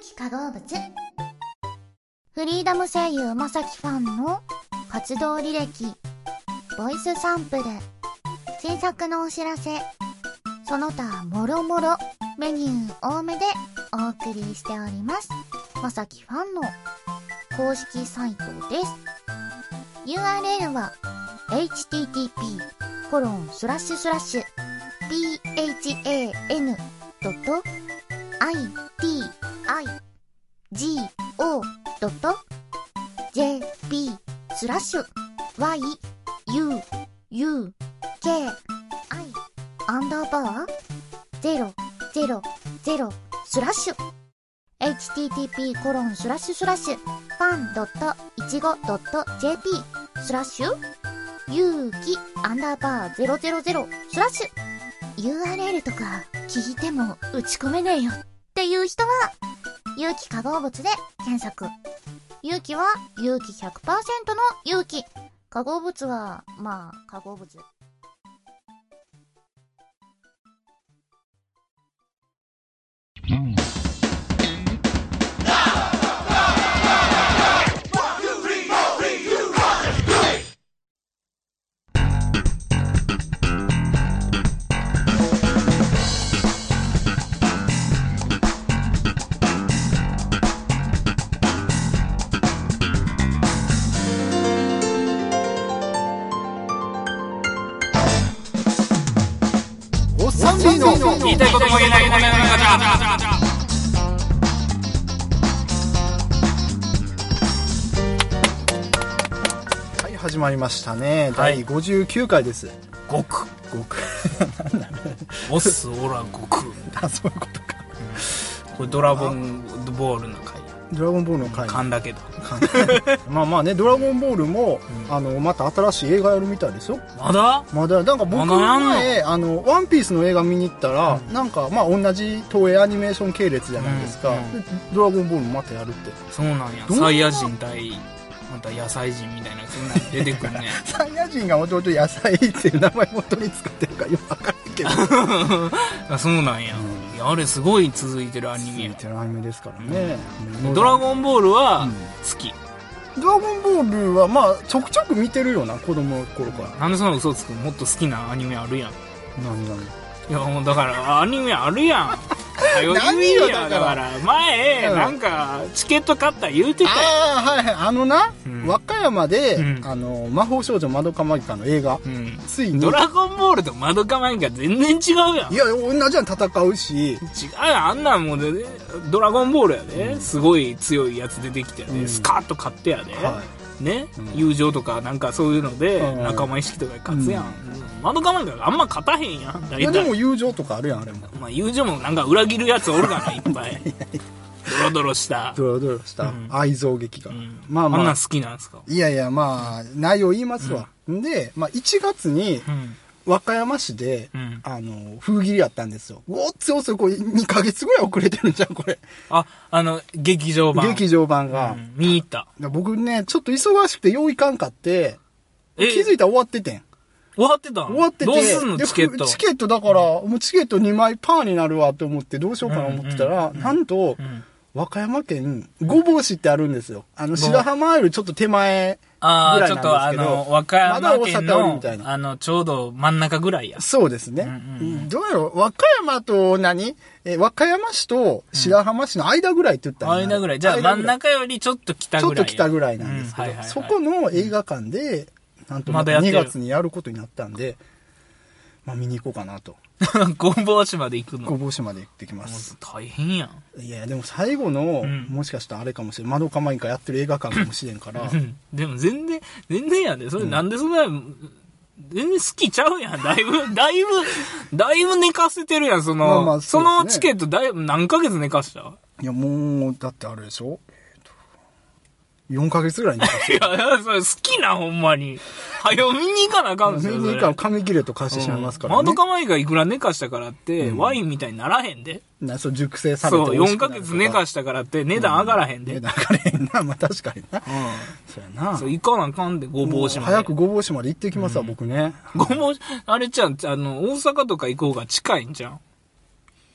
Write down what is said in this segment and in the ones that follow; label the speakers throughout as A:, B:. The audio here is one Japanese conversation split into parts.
A: き化合物フリーダム声優まさきファンの活動履歴ボイスサンプル制作のお知らせその他もろもろメニュー多めでお送りしておりますまさきファンの公式サイトです URL は http コロンスラッシュスラッシュ phan.itigo.jp スラッシュ y u u k i アンダーバー000スラッシュ http コロンスラッシュスラッシュ fan.ichigo.jp スラッシュゆうきアンダーバー000スラッシュ URL とか聞いても打ち込めねえよっていう人は、有機化合物で検索。有機は有機100%の有機。化合物は、まあ、化合物。
B: おっさん B の
C: 言いたいことも言えないこの世の中じゃ
B: はい始まりましたね、
C: は
B: 第
C: い
B: 59回です
C: 極
B: 極
C: オスオラ悟空
B: あそういうことか
C: これドラゴンボールの回
B: ドラゴンボールの回
C: 勘だけど
B: まあまあねドラゴンボールも、あのまた新しい映画やるみたいですよ
C: まだ
B: まだなんか僕
C: まだやんの
B: 前あのワンピースの映画見に行ったら、なんかまあ同じ東映アニメーション系列じゃないですか、
C: うんう
B: でドラゴンボールもまたやるって
C: そうなんや
B: どんな
C: サイヤ人対また野菜人みたいなそんなん出てくるね
B: サイヤ人がもともと野菜っていう名前元に使ってるからよくわからんけど
C: あそうなんや,、いやあれすごい続いてるアニメ
B: 見
C: や
B: てるアニメですからね、
C: ドラゴンボールは好き、
B: ドラゴンボールはまあちょくちょく見てるよな子供の頃から
C: なんでそんな嘘つくのもっと好きなアニメあるやん
B: 何々
C: いやもうだからアニメあるやんはよ
B: 何よ
C: 言え
B: だ
C: やだ
B: から
C: から前、
B: うん
C: なんかチケット買った言うてたや
B: あ
C: ん
B: あはいはいあのな、
C: うん
B: 和歌山で、
C: うん
B: あの魔法少女まどかマギカの映画、
C: うん
B: ついに
C: ドラゴンボールとマドカマギカ全然違うやん。
B: い
C: 違
B: や同じやん戦うし
C: うやん、あんなんもうね、ドラゴンボールやで。すごい強いやつ出てきてや
B: う
C: で。
B: ん
C: スカッと勝ってやで。
B: は
C: ね
B: うん
C: 友情とかなんかそういうので
B: うん
C: 仲間意識とかで勝つやん。マドカマギカあんま勝たへんやん。
B: いいや
C: 大
B: でも
C: 体。
B: 友情とかあるやんあれも
C: まあ友情もなんか裏切るやつおるかな、いっ ぱい。ドロドロした。
B: ドロドロした
C: うん
B: 愛憎劇が、
C: うん
B: まあ
C: あん
B: ま
C: なん
B: あ
C: 好きなんですか
B: いやいやまあ内容言いますわ、ん、で、まあ、1月に
C: うん。
B: 和歌山市で、
C: うん
B: あの風切りやったんですよおっ強そうこれ2ヶ月ぐらい遅れてるじゃんこれ
C: あ、あの、劇場版。
B: 劇場版が、
C: うん見に行った。
B: だから僕ね、ちょっと忙しくてよういかんかって、
C: え、
B: 気づいたら終わっててん。
C: 終わってたん
B: 終わってて。
C: どうすんの
B: で
C: チケット。
B: チケットだから、もうチケット2枚パーになるわと思ってどうしようかな思ってたら、なんと、
C: ん
B: 和歌山県、御坊市ってあるんですよ。あの、白浜よりちょっと手前ぐ
C: あ
B: ら
C: あ、
B: いな
C: ちょ
B: んです
C: っ
B: けど。
C: とあの、和歌
B: まだ
C: 山
B: 大
C: 県
B: 阪よりみ
C: の
B: たい、な。
C: あの、ちょうど真ん中ぐらいや。
B: そうですね。
C: うん
B: うんどうやろう和歌山と何え、和歌山市と白浜市の間ぐらいって言ったらいいの
C: 間ぐらい。じゃあ
B: 間
C: 真
B: ぐ
C: ん
B: らい
C: 中よりちょっと北
B: ちょっ
C: ぐら
B: と
C: い。
B: 北ぐらいなんですけど、
C: うんはいはいはい
B: そこの映画館で、なんとま
C: ま
B: た
C: だやって
B: 2
C: る
B: 月にやることになったんで、まあ見に行こうかなと。
C: ごぼう市まで行くの。
B: 御
C: もう
B: 坊市まで行ってきます。
C: 大変やん。
B: いや、でも最後の、
C: うん
B: もしかしたらあれかもしれん。窓かまいかやってる映画館かもしれんから
C: う。んでも全然、全然やで。それなんでそんな、全然好きちゃうやん。だいぶ、 だいぶ、だいぶ寝かせてるやん。その、
B: まあまあそ
C: そう
B: ですね
C: のチケットだいぶ何ヶ月寝かした
B: いや、もう、だってあれでしょ4ヶ月ぐらいに
C: いや、それ好きな、ほんまに。はよ、見に行かなあかんすよ。
B: 全
C: そ
B: 然
C: れ
B: から紙切れと貸してしまいますからね。
C: マドカマイがいくら寝かしたからって、ワインみたいにならへんで。
B: なそう熟成されて
C: そう、
B: 美味し
C: 4
B: くな
C: ヶ
B: ると
C: 月寝かしたからって値段上がらへん
B: ね
C: で。うん。
B: なんかね、な、まあ確かにな。そうやな。
C: そう、行かなあかんで、ごぼうしまで。
B: 早く御坊市まで行ってきますわ、僕ね。
C: ごぼう、あれちゃん、あの、大阪とか行こうが近いんじゃん。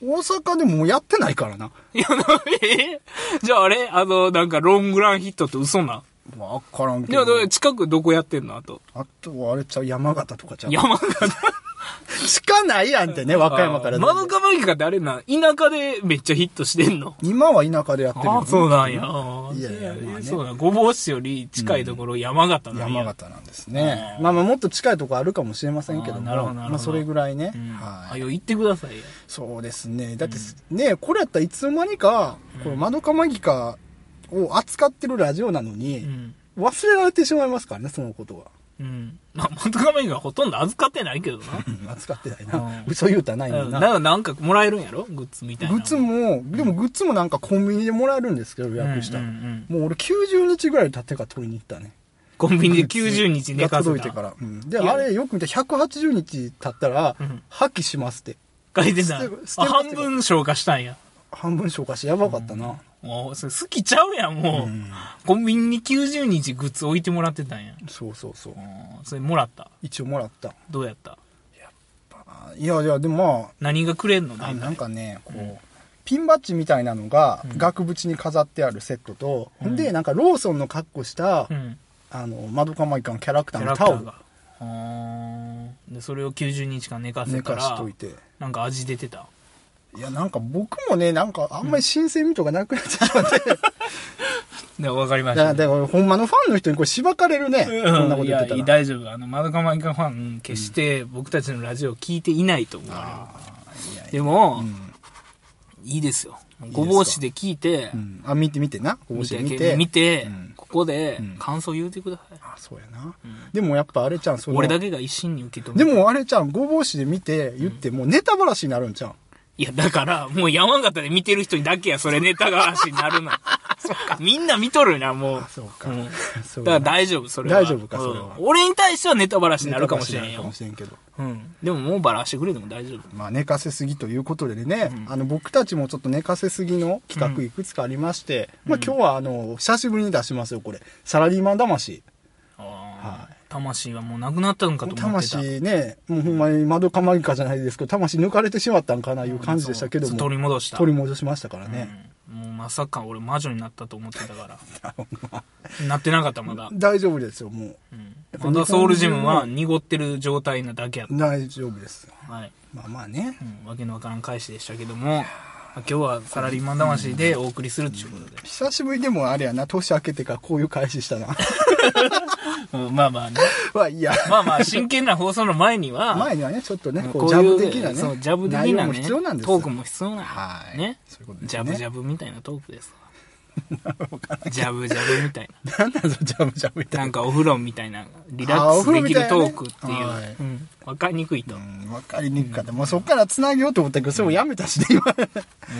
B: 大阪でもうやってないからな。
C: いや、なえじゃああれあの、なんかロングランヒットって嘘な。
B: わからんけ
C: でも
B: ど。、
C: 近くどこやってんのあと。
B: あとはあれちゃう、山形とかちゃう。
C: 山形。
B: しかないやんってね、和歌山から。
C: マドカマギカってあれな、田舎でめっちゃヒットして んの。
B: 今は田舎でやってるよ
C: ああ、そうなんや。
B: いやいやまあね
C: そうなん。ごぼう市より近いところ山形なんや。
B: 山形なんですね。まあまあもっと近いとこあるかもしれませんけど
C: あ
B: も
C: ーなるほどなるほど
B: まあそれぐらいね。
C: うん
B: は。
C: はいよ、行ってくださいよ。
B: そうですね。だってす、ね、これやったらいつの間にか、このマドカマギカを扱ってるラジオなの
C: う
B: に、
C: ん。
B: 忘れられてしまいますからね、そのことは。
C: うん。まあ、マドカマギカほとんど預かってないけどな。
B: うん扱ってない
C: うん
B: な。嘘言うたらないも
C: うんん
B: な
C: だか。らなんかもらえるんやろグッズみたいな。
B: グッズも、でもグッズもなんかコンビニでもらえるんですけど、予約したら。
C: うんうんうん
B: もう俺90日ぐらい経ってから取りに行ったね。
C: コンビニで90日寝かせた
B: 届いてから。うんで、あれよく見て180日経ったら
C: ん、
B: 破棄しますって。
C: 書いてた
B: 捨て捨。て
C: あ、半分消化したんや。
B: 半分消化してやばかったな。
C: もう、それ好きちゃうやん、もう。
B: ん
C: コンビニに90日グッズ置いてもらってたんや。
B: そうそうそう。
C: うんそれもらった。
B: 一応もらった。
C: どうやっ
B: あ
C: た
B: いやいや、でも
C: 何がくれんの
B: まあ、
C: 大
B: あ
C: 体
B: なんかね、こう、ピンバッジみたいなのが、額縁に飾ってあるセットと、で、なんかローソンの格好した、
C: うん。
B: あの、マドカマイカのキャラク
C: キ
B: ター
C: ャ
B: の
C: ラクタ
B: タオ
C: ー
B: ル
C: が。あーで、それを90日間寝かせ
B: 寝
C: た、
B: からしといて。
C: なんか味出てた。
B: いや、なんか僕もね、なんかあんまり新鮮味とかなくなっ ちゃって。
C: で、わかり
B: だ
C: まし
B: か
C: た。
B: ら、だからほんまのファンの人にこれしばかれるね。こ
C: うん
B: んなこと
C: い
B: 言っ
C: や
B: てた
C: いい
B: ら。
C: 大丈夫。あの、まどかまぎかファン、決して僕たちのラジオを聞いていないと思われる。でも、いいですよ。ごぼうしで聞いて
B: う、ん、あ、見て見てな。こう
C: 見
B: して
C: て、
B: 見
C: 見
B: て。
C: て、
B: うん
C: ここで
B: うん
C: 感想言うてください。
B: あ、そうやな。でもやっぱあれちゃん、その
C: 俺だけが一心に受け止め
B: で
C: る。
B: もあれちゃん、ごぼうしで見て言って、もうネタばらしになるんちゃう
C: いや、だから、もう山形で見てる人にだけや、それネタが話になるの。 みんな見とるな、もう。
B: あそうか
C: ん
B: そうや
C: だから
B: な
C: 大丈夫、それは。
B: 大丈夫かそれは
C: うん俺に対してはネタばらしになるかもしれん
B: ネタバラになるかも。しれ
C: よ
B: んけど。
C: うん。でももうばらしてくれても大丈夫。
B: まあ寝かせすぎということでね、あの僕たちもちょっと寝かせすぎの企画いくつかありまして、まあ今日はあの、久しぶりに出しますよ、これ。サラリーマン魂。
C: あー魂はもうなくなったのかと思ってた。
B: 魂ね、もうほんまに窓かまりかじゃないですけど、魂抜かれてしまったんかないう感じでしたけども。
C: 取り戻した。
B: 取り戻しましたからね。
C: うんもうまさか俺魔女になったと思ってた から。なってなかった、まだ。
B: 大丈夫ですよ、も
C: まだソウルジムは濁ってる状態なだけやっ
B: う。大丈夫です。
C: た。はい。
B: まあまあね。
C: うん、わけのわからん返しでしたけども、まあ今日はサラリーマン魂でお送りするっていうことで。
B: 久しぶりでもあれやな、年明けてからこういう開始したな。
C: うん、まあまあね。
B: まあいいや。
C: まあまあ、真剣な放送の前には、
B: 前にはね、ちょっとね、こ
C: こ
B: う、
C: う
B: ジ
C: い
B: ャ
C: う
B: ブ的なね。
C: そう、ジャブ的な
B: 内容も
C: ね。
B: 必要なんです
C: ト
B: よ
C: ークも必要な。
B: はい
C: ね。
B: そういうことですね
C: ジャブジャブみたいなトークです わ。ジャブジャブみたいな。
B: なんなんぞ、ジャブジャブみたいな
C: なんかお風呂みたいな、リラ
B: あーお
C: ックス
B: 風呂
C: で
B: み
C: き
B: たい
C: る
B: なね
C: トークっていう。
B: はい
C: うん。わかりにくいと。も
B: うんわかりにくかった。もうそっから繋げようと思ったけど、それもやめたしね、今。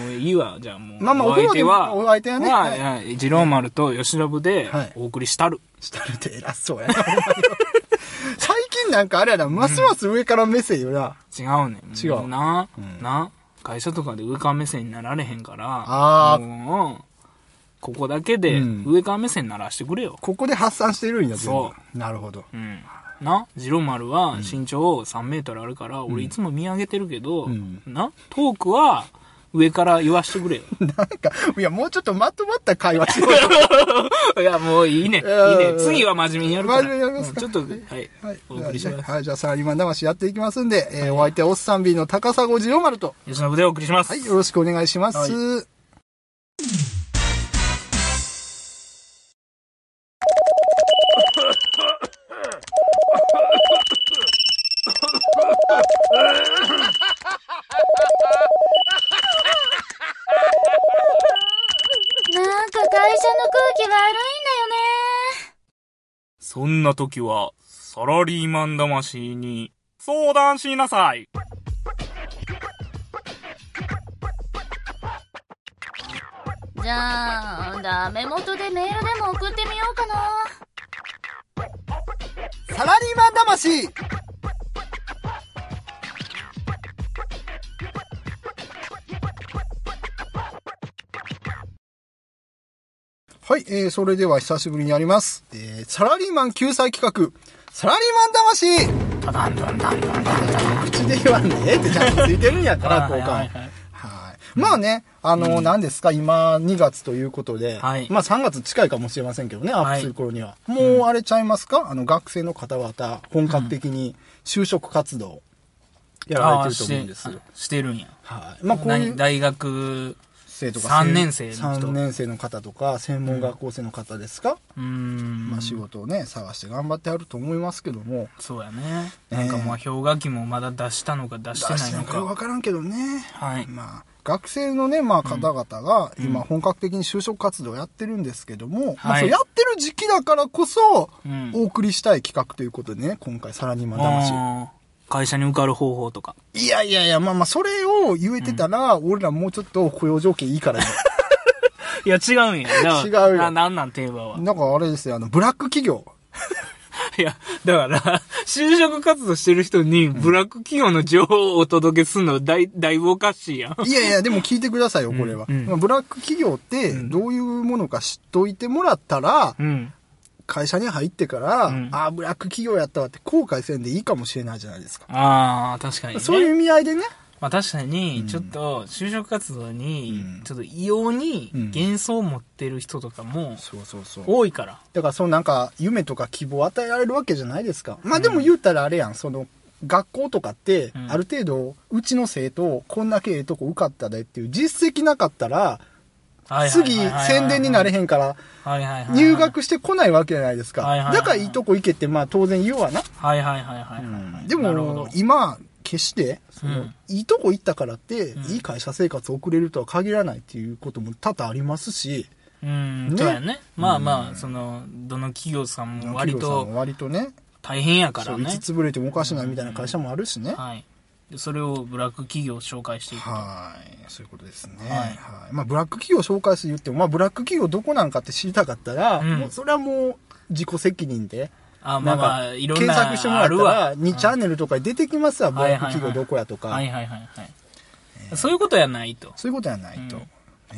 C: ういいわ、じゃあもう。
B: まあまあ
C: お相手は、
B: お風呂でお相手はねはい
C: まあ、次郎丸と吉信で
B: はい
C: お送りしたる。
B: したるて偉そうやな。ほんまに最近なんかあれやな、ますます上から目線よな。
C: 違うねん
B: 違う
C: な、な会社とかで上から目線になられへんから
B: あー
C: もうここだけで
B: うん
C: 上から目線ならしてくれよ、
B: ここで発散してるんや、全部
C: そ
B: なるほど。
C: うん、なジロ丸は身長3メートルあるから、俺いつも見上げてるけど、
B: ん
C: なトークは上から言わしてくれよ
B: なんか、いや、もうちょっとまとまった会話しよう
C: いやもういいねいい
B: や
C: ね次は真面目にやるから
B: 真面目にやりますか
C: うんちょっとはい、
B: はい
C: お送りします
B: はい、じゃあサラリーマン魂やっていきますんで、えーお相手はおっさん B の高砂次郎丸と。
C: 吉信でお送りします、
B: はい、よろしくお願いします。
A: なんか会社の空気悪いんだよね。
C: そんな時は、サラリーマン魂に相談しなさい。
A: じゃあ、ダメ元でメールでも送ってみようかな。
B: サラリーマン魂はい、えー、それでは久しぶりにやります。えー、サラリーマン救済企画、サラリーマン魂
C: ただんだんだんだんだん。
B: 口で言わんでええってちゃんとついてるんやから、
C: はい
B: 交
C: はい
B: 換。
C: はい
B: まあね、あの、何ですか、今2月ということで、
C: はい
B: まあ3月近いかもしれませんけどね、アップする頃には。もうあれちゃいますかあの、学生の方々、本格的に就職活動、やられてると思うんです
C: あー
B: よ
C: し。てしてるんや。
B: はい。まあこうい
C: 何
B: う
C: 大学、
B: 生とか、
C: 三年生の人
B: 3年生の方とか、専門学校生の方ですか、
C: うーん。
B: まあ仕事をね、探して頑張ってあると思いますけども、
C: そうやね。なんかまあ、氷河期もまだ出したのか出し
B: 出
C: てな
B: し
C: い
B: て
C: の
B: のか分
C: か。
B: からんけどね。
C: は い。
B: まあ、学生のね、まあ、方々が今本格的に就職活動をやってるんですけども、まあ、そうやってる時期だからこそ、
C: うん
B: お送りしたい企画ということでね、今回サラリーマン魂。
C: あー会社に受かる方法とか。
B: いやいやいや、まあまあ、それを言えてたら、俺らもうちょっと雇用条件いい からね。
C: いや、 違うんや。だから
B: 違うよ
C: な、なんなんテーマは。
B: なんかあれですよ、あの、ブラック企業。
C: いや、だから、就職活動してる人に、ブラック企業の情報をお届けするのだい、だいぶおかしいやん。
B: いやいや、でも聞いてくださいよ、これは。
C: うんうん
B: まあブラック企業って、どういうものか知っといてもらったら、
C: うん。
B: 会社に入ってから、
C: うん
B: ああ、ブラック企業やったわって後悔せんでいいかもしれないじゃないですか。
C: ああ、確かに、ね。
B: そういう意味合いでね。
C: まあ確かに、ちょっと、就職活動に
B: うん、
C: ちょっと異様に
B: うん
C: 幻想を持ってる人とかも、
B: そうそうそう。
C: 多いから。
B: だからそのなんか夢とか希望を与えられるわけじゃないですか。まあでも言うたらあれやん、その学校とかって
C: うん
B: ある程度うちの生徒こんだけええとこ受かったでっていう実績なかったら
C: はいはい
B: 次
C: はいはい
B: 宣伝になれへんから
C: はいはいはいはい。
B: 入学してこないわけじゃないですか
C: はいはい。はい
B: だからいいとこ行けってまあ当然言うわな。
C: はいはいはいはいはい、
B: で
C: なるほど
B: も今決してそうの
C: ん
B: いいとこ行ったからって
C: ん
B: いい会社生活を送れるとは限らないっていうことも多々ありますし。
C: うん、
B: ね
C: そうやね。まあまあ、その、どの企業さんも割
B: 企業さんも
C: と
B: 割とね、
C: 大変やか
B: そ
C: ら
B: うい
C: ね。
B: つ潰れてもおかしないみたいな会社もあるしね。
C: はい。でそれをブラック企業紹介していくと。
B: はい。そういうことですね。はいい。まあ、ブラック企業紹介する言っても、まあ、ブラック企業どこなんかって知りたかったら、
C: うん
B: もうそれはもう、自己責任で。
C: あ、まあま
B: な
C: あ、
B: んか
C: いろんな、
B: 検索してもらっ
C: あ
B: た
C: るわ
B: ら、2チャンネルとかに出てきますわ、ブ
C: は
B: ラ
C: い
B: ック企業どこやとか。
C: はいはいはいはい。そういうことやないと。
B: そういうことやないと。
C: うん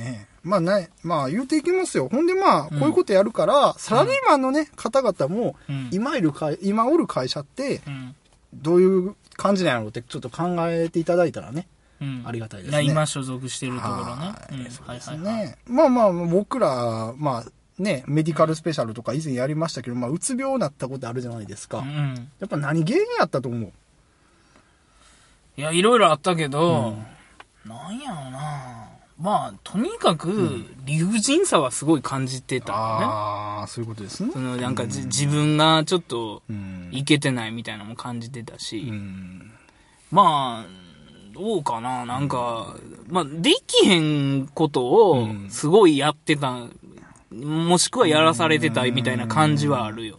B: ねまあね、まあ言うていきますよ。ほんでまあ、こういうことやるから、サラリーマンのね、方々も、
C: うん
B: 今いる会、今おる会社って、
C: うん。
B: どういう感じなんやろうってちょっと考えていただいたらね、
C: うん。
B: ありがたいです
C: な
B: ね。
C: 今所属してるところね
B: は。
C: う
B: い
C: ん。
B: そうです
C: はいはいはい。
B: ね。まあまあ、僕ら、まあね、メディカルスペシャルとか以前やりましたけど、まあ、うつ病になったことあるじゃないですか。
C: う
B: や
C: ん。
B: っぱ何原因やったと思う
C: いや、いろいろあったけど、なんやろなまあ、とにかく、理不尽さはすごい感じてたよね。
B: ああ、そういうことですね
C: その、なんかじ、自分がちょっと、
B: うん。
C: いけてないみたいなのも感じてたし、
B: うん
C: まあ、どうかな、なんか、まあ、できへんことを
B: う、ん
C: すごいやってた、もしくはやらされてたみたいな感じはあるよ。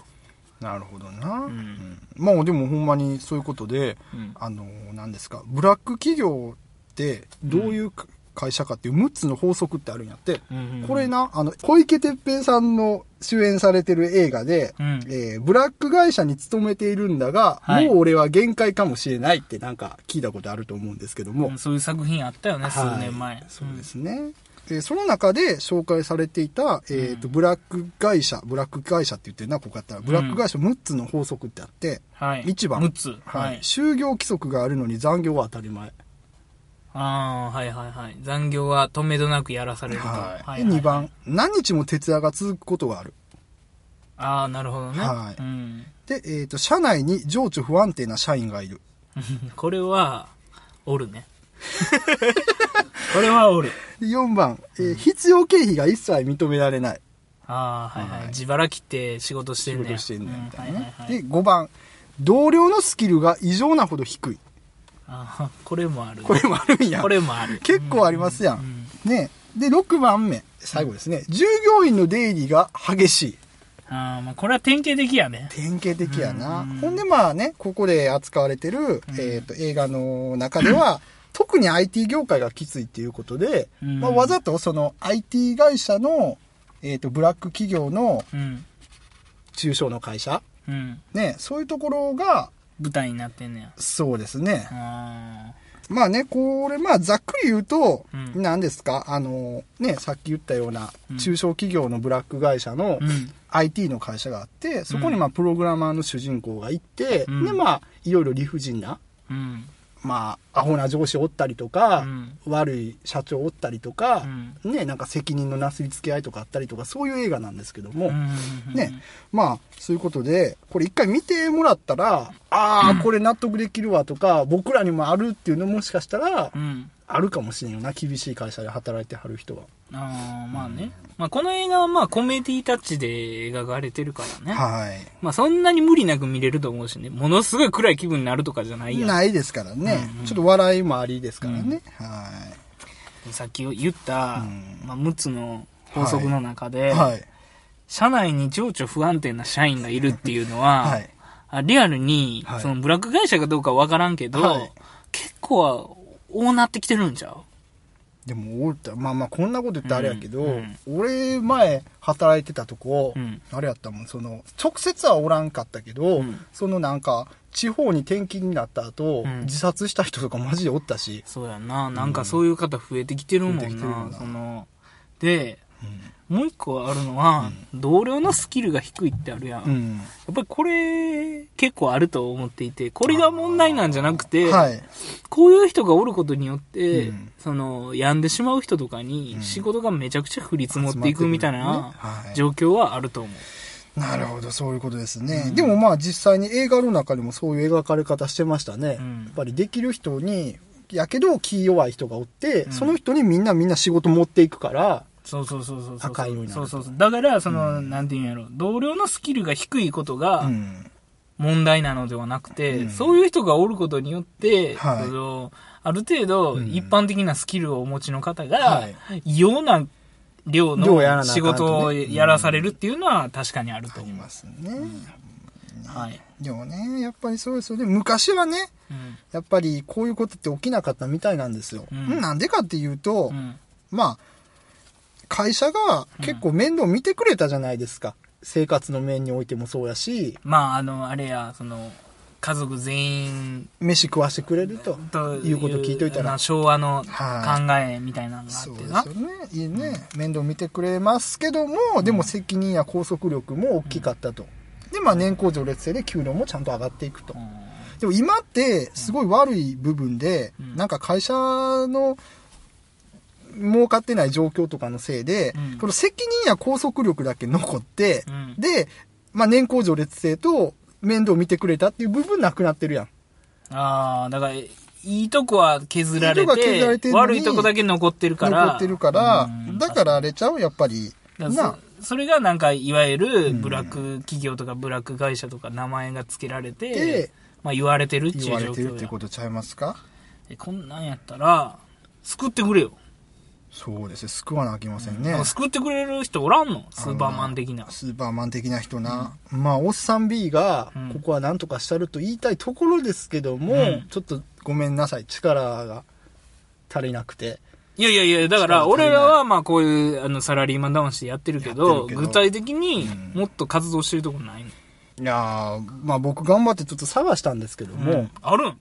B: なるほどな。うんまあでもほんまにそういうことで、
C: うん
B: あの、何ですか、ブラック企業ってどういうか会社かっていう6つの法則ってあるんやって、
C: うん
B: これな、あの、小池徹平さんの主演されてる映画で、
C: うん
B: えーブラック会社に勤めているんだが、
C: はい
B: もう俺は限界かもしれないってなんか聞いたことあると思うんですけども。
C: うんそういう作品あったよね、数
B: はい
C: 年前。
B: そうですね。でその中で紹介されていた、えっ、と、ブラック会社、ブラック会社って言ってるな、ここやったら、ブラック会社6つの法則ってあって、
C: はい。
B: 一番
C: 6つ。
B: は
C: はいい。。
B: 就業規則があるのに残業は当たり前。
C: ああ、はいはいはい。残業は止めどなくやらされると。
B: はい。2。番、何日も徹夜が続くことがある。
C: ああ、なるほどね。
B: はい
C: うん。
B: で、えっ、と、社内に情緒不安定な社員がいる。
C: これは、お るね。これはおる。
B: で4番、えー必要経費が一切認められない。
C: ああ、はいはい。
B: はい
C: 自腹切って仕事して
B: 仕
C: んね
B: 事してんねんみたいな
C: うは
B: ね
C: は。はい
B: で、5番、同僚のスキルが異常なほど低い。
C: あこれもある。
B: これもあるんや。
C: これもある。
B: 結構ありますやん。ね。で、6番目、最後ですね。従業員の出入りが激しい。
C: あーまあ、これは典型的やね。
B: 典型的やな。ほんでまあね、ここで扱われてる、えっ、と、映画の中では、特に IT 業界がきついっていうことで、
C: うん
B: まあ、わざとその IT 会社の、えっ、と、ブラック企業の
C: うん。
B: 中小の会社、
C: うん。
B: ね、そういうところが、
C: 舞台になってんねや。
B: そうですね。
C: あ
B: まあね、これ、まあ、ざっくり言うと、
C: うん
B: 何ですか、あの、ね、さっき言ったような
C: うん、
B: 中小企業のブラック会社の
C: ーう、ん。
B: IT の会社があって、そこにまあ、プログラマーの主人公が行って、
C: うん
B: で、まあ、いろいろ理不尽な、
C: うん。
B: まあ、アホな上司おったりとか、
C: うん
B: 悪い社長おったりとか、
C: う
B: ね、なんか責任のなすりつけ合いとかあったりとか、そういう映画なんですけども、
C: うん
B: ね、まあ、そういうことで、これ一回見てもらったら、ああ、これ納得できるわとか、僕らにもあるっていうのもしかしたら
C: う、ん
B: あるかもしれんよな、厳しい会社で働いてはる人は。
C: あーまあね、まあ、この映画はまあコメディタッチで描かれてるからね、
B: はい。
C: まあ、そんなに無理なく見れると思うしねものすごい暗い気分になるとかじゃないやん
B: ないですからね、
C: うんうん
B: ちょっと笑いもありですからね。は
C: さっき言った、
B: うん
C: まあ、6つの法則の中
B: い。
C: で、
B: はい。
C: 社内に情緒不安定な社員がいるっていうのは、
B: はい。
C: あリアルに、
B: はい
C: そのブラック会社かどうかわからんけど、
B: はい
C: 結構は、多なってきてるんちゃう
B: でも、俺ってまあまあ、こんなこと言ったらあれやけど、
C: うん
B: 俺、前、働いてたとこ、
C: うん
B: あれやったもん、その、直接はおらんかったけど、
C: うん
B: そのなんか、地方に転勤になった後、
C: うん
B: 自殺した人とかマジでおったし、
C: そうやな。なんかそういう方増えてきてるもん
B: 増えてきてる
C: な。
B: よな
C: その、で、
B: う
C: もう一個あるのは、同僚のスキルが低いってあるやん。
B: ん。
C: やっぱりこれ、結構あると思っていて、これが問題なんじゃなくて、
B: はい。
C: こういう人がおることによって、
B: うん
C: その、病んでしまう人とか
B: う
C: に
B: ん
C: 仕事がめちゃくちゃ降り積もっていくみたいな
B: はい
C: 状況はあると思う。
B: なるほど、そういうことですね。
C: うん
B: でもまあ実際に映画の中でもそういう描かれ方してましたね。
C: うん
B: やっぱりできる人に、やけど気弱い人がおって、
C: うん
B: その人にみんなみんな仕事持っていくから、
C: そうそうそうそうそう。
B: 高いようになる
C: そ
B: と
C: うそうそう。だから、その、なんていうんやろ、同僚のスキルが低いことが
B: ん。
C: 問題なのではなくて、
B: うん
C: そういう人がおることによって、
B: はい
C: そのある程度、
B: うん
C: 一般的なスキルをお持ちの方
B: は
C: が、異様な量
B: 量やらな
C: の
B: あかんとね
C: 仕事をやらされるっていうのは確かにある
B: あ
C: と
B: り
C: 思う。
B: ますね。
C: はい。
B: でもね、やっぱりそうですよね。昔はね、
C: うん
B: やっぱりこういうことって起きなかったみたいなんですよ。
C: うん
B: なんでかっていうと、
C: うん
B: まあ、会社が結構面倒見てくれたじゃないですか。生活の面においてもそうやし、
C: まあ、あの、あれや、その、家族全員
B: 飯食わしてくれると。
C: と
B: いうこと聞いといたら
C: な昭和の考
B: は
C: えみたいなのがあっ
B: そうで
C: て
B: す
C: な
B: よ。ね。いいね。面倒見てくれますけども、でも責任や拘束力も大きかったと。で、まあ年功序列制で給料もちゃんと上がっていくと。でも今ってすごい悪い部分で、
C: うん
B: なんか会社の儲かってない状況とかのせいで、
C: うん
B: この責任や拘束力だけ残って、
C: うん
B: で、まあ年功序列制と面倒見てくれたっていう部分なくなってるやん。
C: ああ、だから、いいとこは削ら
B: い
C: れ
B: いとこ
C: て、
B: は削られてんのに
C: 悪いとこだけ残ってるから。
B: 残ってるから
C: うん、
B: だからあれちゃうやっぱり。
C: だから
B: な
C: そそれがなんか、いわゆる、ブラック企業とか、ブラック会社とか、名前が付けられ
B: で
C: て、まあ言われてるっていう
B: 言
C: 状
B: われてるっ
C: 況
B: て
C: や
B: ことちゃいますか
C: でこんなんやったら、救ってくれよ。
B: そうですね救わなあきませんね、
C: なんか救ってくれる人おらんのスーパーマン的な。
B: スーパーマン的な人な、まあおっさん B が
C: うん
B: ここは何とかしたると言いたいところですけども、
C: うん
B: ちょっとごめんなさい力が足りなくて
C: いやいやいや、だから
B: 力足りない
C: 俺らはまあこういうあのサラリーマン魂でやってるけ
B: やっ
C: ど、
B: てるけど
C: 具体的に
B: うん
C: もっと活動してるとこないの、
B: いやーまあ僕頑張ってちょっと探したんですけども、
C: んあるん、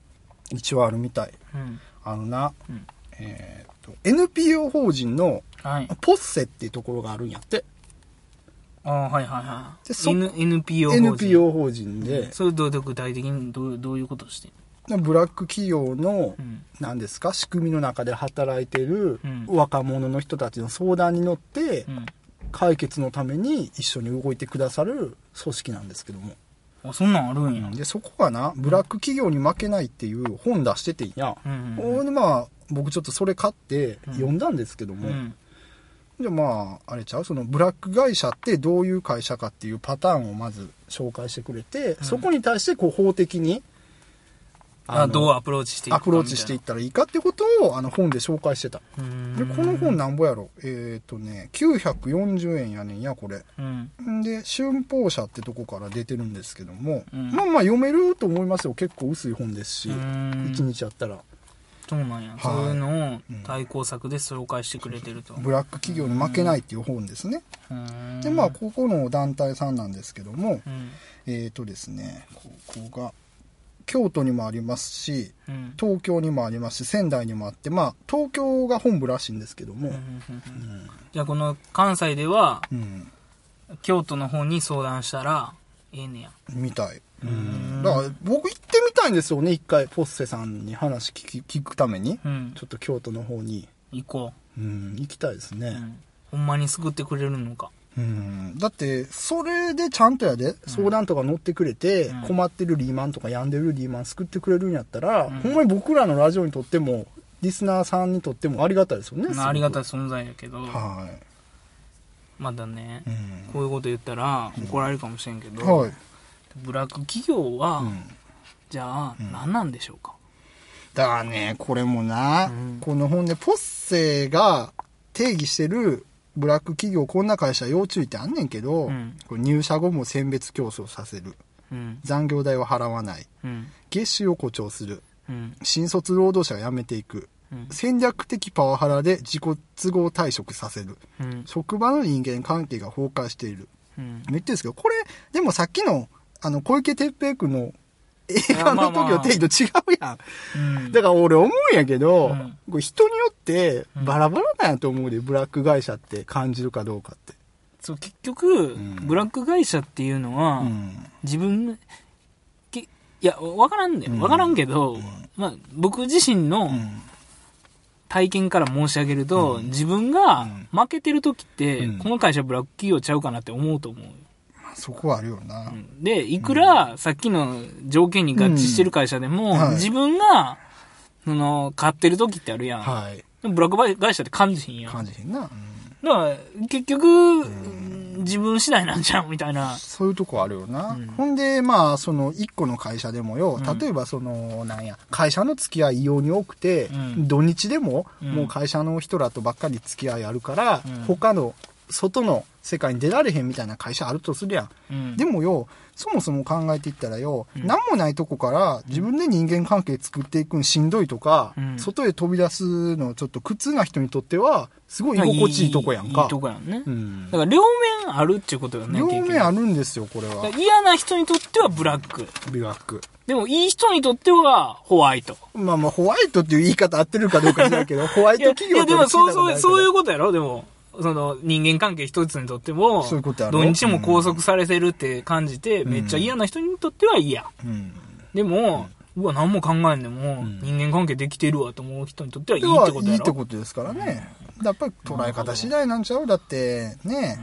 B: 一応あるみたい
C: うん、
B: あのな、
C: うん
B: えーっと NPO 法人の
C: はい。
B: ポッセっていうところがあるんやって
C: ああ、はいはいはい。
B: でそ
C: N、NPO 法人。
B: NPO 法人で、
C: それどうどう具体的にどうどういうことして
B: ブラック企業の、
C: んの
B: なんですか仕組みの中で働いてる
C: うん
B: 若者の人たちの相談に乗って
C: うん。
B: 解決のために一緒に動いてくださる組織なんですけども
C: うん。あ、そんなんあるんや。
B: でそこがなブラック企業に負けないっていう本出しててんや、
C: うん。
B: ほんでまあ僕ちょっとそれ買って
C: うん
B: 読んだんですけども、
C: うん。
B: じゃあまああれちゃうそのブラック会社ってどういう会社かっていうパターンをまず紹介してくれて、
C: うん
B: そこに対してこう法的に
C: あ
B: の
C: どうアプローチしていくか
B: アプローチしていっ
C: み
B: たらいいかってことをあの本で紹介してた
C: たいな
B: でこの本なんぼやろえっ、とね940円やねんやこれ
C: うん。
B: んで春報社ってとこから出てるんですけども、
C: うん
B: まあまあ読めると思いますよ結構薄い本ですし
C: うーん
B: 一日やったら
C: そうなんや。そういうのを対抗策で紹介してくれてると。
B: ブラック企業に負けないっていう本ですね
C: うん
B: でまあ、ここの団体さんなんですけども
C: うん。
B: えっ、とですねここが京都にもありますし
C: うん。
B: 東京にもありますし仙台にもあってまあ東京が本部らしいんですけども、
C: うんうんうんじゃあこの関西では
B: うん
C: 京都の方に相談したらええねや。
B: みたい。だから僕行ってみたいんですよね、一回、ポッセさんに話聞き聞くために。
C: うん
B: ち。ょっと京都の方に。
C: 行こ
B: うん、行きたいです
C: う。う
B: ね。
C: ん。ほんまに救ってくれるのか。
B: うん。だって、それでちゃんとやで、相談とか乗ってくれて、
C: うん
B: 困ってるリーマンとか病んでるリーマン救ってくれるんやったら、
C: ん
B: ほんまに僕らのラジオにとっても、リスナーさんにとってもありがたいですよね。
C: まあ、ありがたい
B: い。
C: 存在やけど、
B: は
C: まだね
B: い。う、ん。
C: こういうこと言ったら怒られるかもしれんけど、
B: はい。
C: ブラック企業は、
B: うん
C: じゃあ、何なんでしょうか。
B: だからね、これもな、
C: うん
B: この本で、ポッセが定義してるブラック企業、こんな会社要注意ってあんねんけど、
C: うん
B: これ入社後も選別競争させる。
C: うん。
B: 残業代は払わない。
C: うん。
B: 月収を誇張する。
C: うん。
B: 新卒労働者が辞めていく。
C: うん。
B: 戦略的パワハラで自己都合退職させる。
C: うん。
B: 職場の人間関係が崩壊している。
C: うん。
B: 言ってるんですけど、これ、でもさっきの、あの、小池徹平君の映画の時の定義と違うやん。
C: うん
B: だから俺思うんやけど、
C: うん
B: これ人によって
C: うん
B: バラバラなんやと思うで、ブラック会社って感じるかどうかって。
C: そう、結局、
B: ん
C: ブラック会社っていうのは、
B: うん。
C: 自分、けいや、わからんね
B: うん
C: わからんけど、まあ、僕自身
B: う
C: の
B: ん。
C: 体験から申し上げると、自分が負けてる時って、
B: うん
C: この会社ブラック企業ちゃうかなって思うと思うよ。
B: そこはあるよな。
C: うんで、いくら、さっきの条件に合致してる会社でも、
B: うんはい
C: 自分が、その、買ってる時ってあるやん。
B: はい。
C: でもブラック会社って感じひんやん。だ
B: 感
C: か
B: じへんな、うん
C: ら、結局、自分次第なんじゃん、みたいな。
B: そういうとこあるよな。
C: うん
B: ほんで、まあ、その、一個の会社でもよ、
C: うん
B: 例えばその、なんや、会社の付き合い異様に多くて、
C: うん
B: 土日でも、
C: うん
B: もう会社の人らとばっかり付き合いあるから、
C: うん
B: 他の、外の世界に出られへんみたいな会社あるとするやん。
C: うん
B: でもよ、そもそも考えていったらよ、
C: うん
B: 何もないとこから自分で人間関係作っていくんしんどいとか、
C: うん
B: 外へ飛び出すのちょっと苦痛な人にとっては、すごい居心地いいとこやん
C: いい
B: か。
C: とこやんね。
B: うん
C: だから両面あるっていうことよね、
B: 両
C: 結
B: 面
C: 局
B: あるんですよ、これは
C: だか。ら嫌な人にとってはブラック。
B: 美学。
C: でもいい人にとってはホワイト。
B: まあまあ、ホワイトっていう言い方合ってるかどうか知らんけど、ホワイ
C: いや、
B: ト
C: い
B: 企業
C: や
B: って。
C: でもそうそう、そういううことやろでも、その人間関係一つにとっても、
B: そういうことやろ
C: どっちも拘束されてるって感じて、
B: うん
C: めっちゃ嫌な人にとっては嫌。
B: うん。
C: でも、うわ、何も考えんでも、
B: ん
C: 人間関係できてるわと思う人にとってはいい
B: で
C: っ
B: は
C: てこと
B: いい
C: や
B: って
C: ろ
B: ことですからね。やっぱり捉え方次第なんちゃうだって、ね。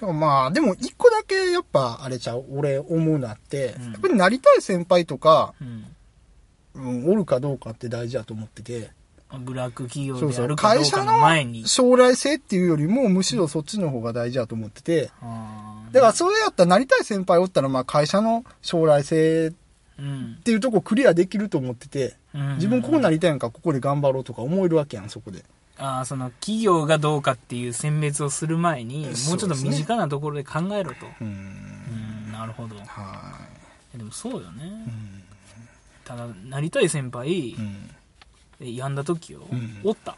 B: でもまあ、でも一個だけやっぱあれちゃう、俺思うなって、
C: うん
B: やっぱりなりたい先輩とか、
C: うん
B: うん、おるかどうかって大事だと思ってて、
C: ブラック企業
B: そう
C: で
B: そ
C: ある
B: う、
C: かど
B: 会
C: うか
B: 社
C: の前に
B: の。将来性っていうよりも、むしろそっちの方が大事だと思ってて、
C: あー
B: だからそれやったらなりたい先輩おったら、まあ会社の将来性っ
C: うん
B: ていうとこクリアできると思ってて、
C: うん
B: 自分こうなりたいんか、ここで頑張ろうとか思えるわけやん、そこで。
C: ああ、その企業がどうかっていう選別をする前に、もうちょっと身近なところで考えろと。
B: うん。
C: うん、なるほど。いや
B: は
C: でもそうよね。
B: い。うん。
C: ただ、なりたい先輩
B: う、ん
C: え病んだ時を、
B: うん
C: おった。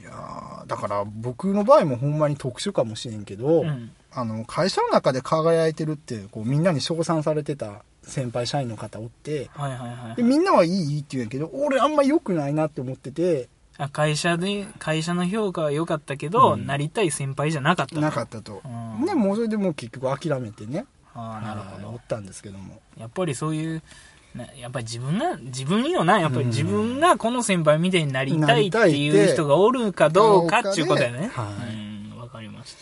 B: いやーだから僕の場合もほんまに特殊かもしれんけど、
C: うん
B: あの会社の中で輝いてるってこうみんなに称賛されてた先輩社員の方おって
C: はいはいは
B: で
C: い。
B: みんなはいいいいって言うんやけど俺あんま良くないなって思ってて
C: あ会社で、会社の評価は良かったけど、
B: うん
C: なりたい先輩じゃなかったと。
B: なかったと
C: うん
B: でもうそれでもう結局諦めてね
C: ああ、なるほ
B: お
C: ど
B: っ。たんですけども
C: やっぱりそういう、なやっぱり自分が、自分よな、やっぱり自分がこの先輩みたいになりたいって
B: なりたいっ
C: いう
B: て
C: 人がおるかどうか
B: どうかね
C: っていうことやね。
B: はい
C: うん、わかりました。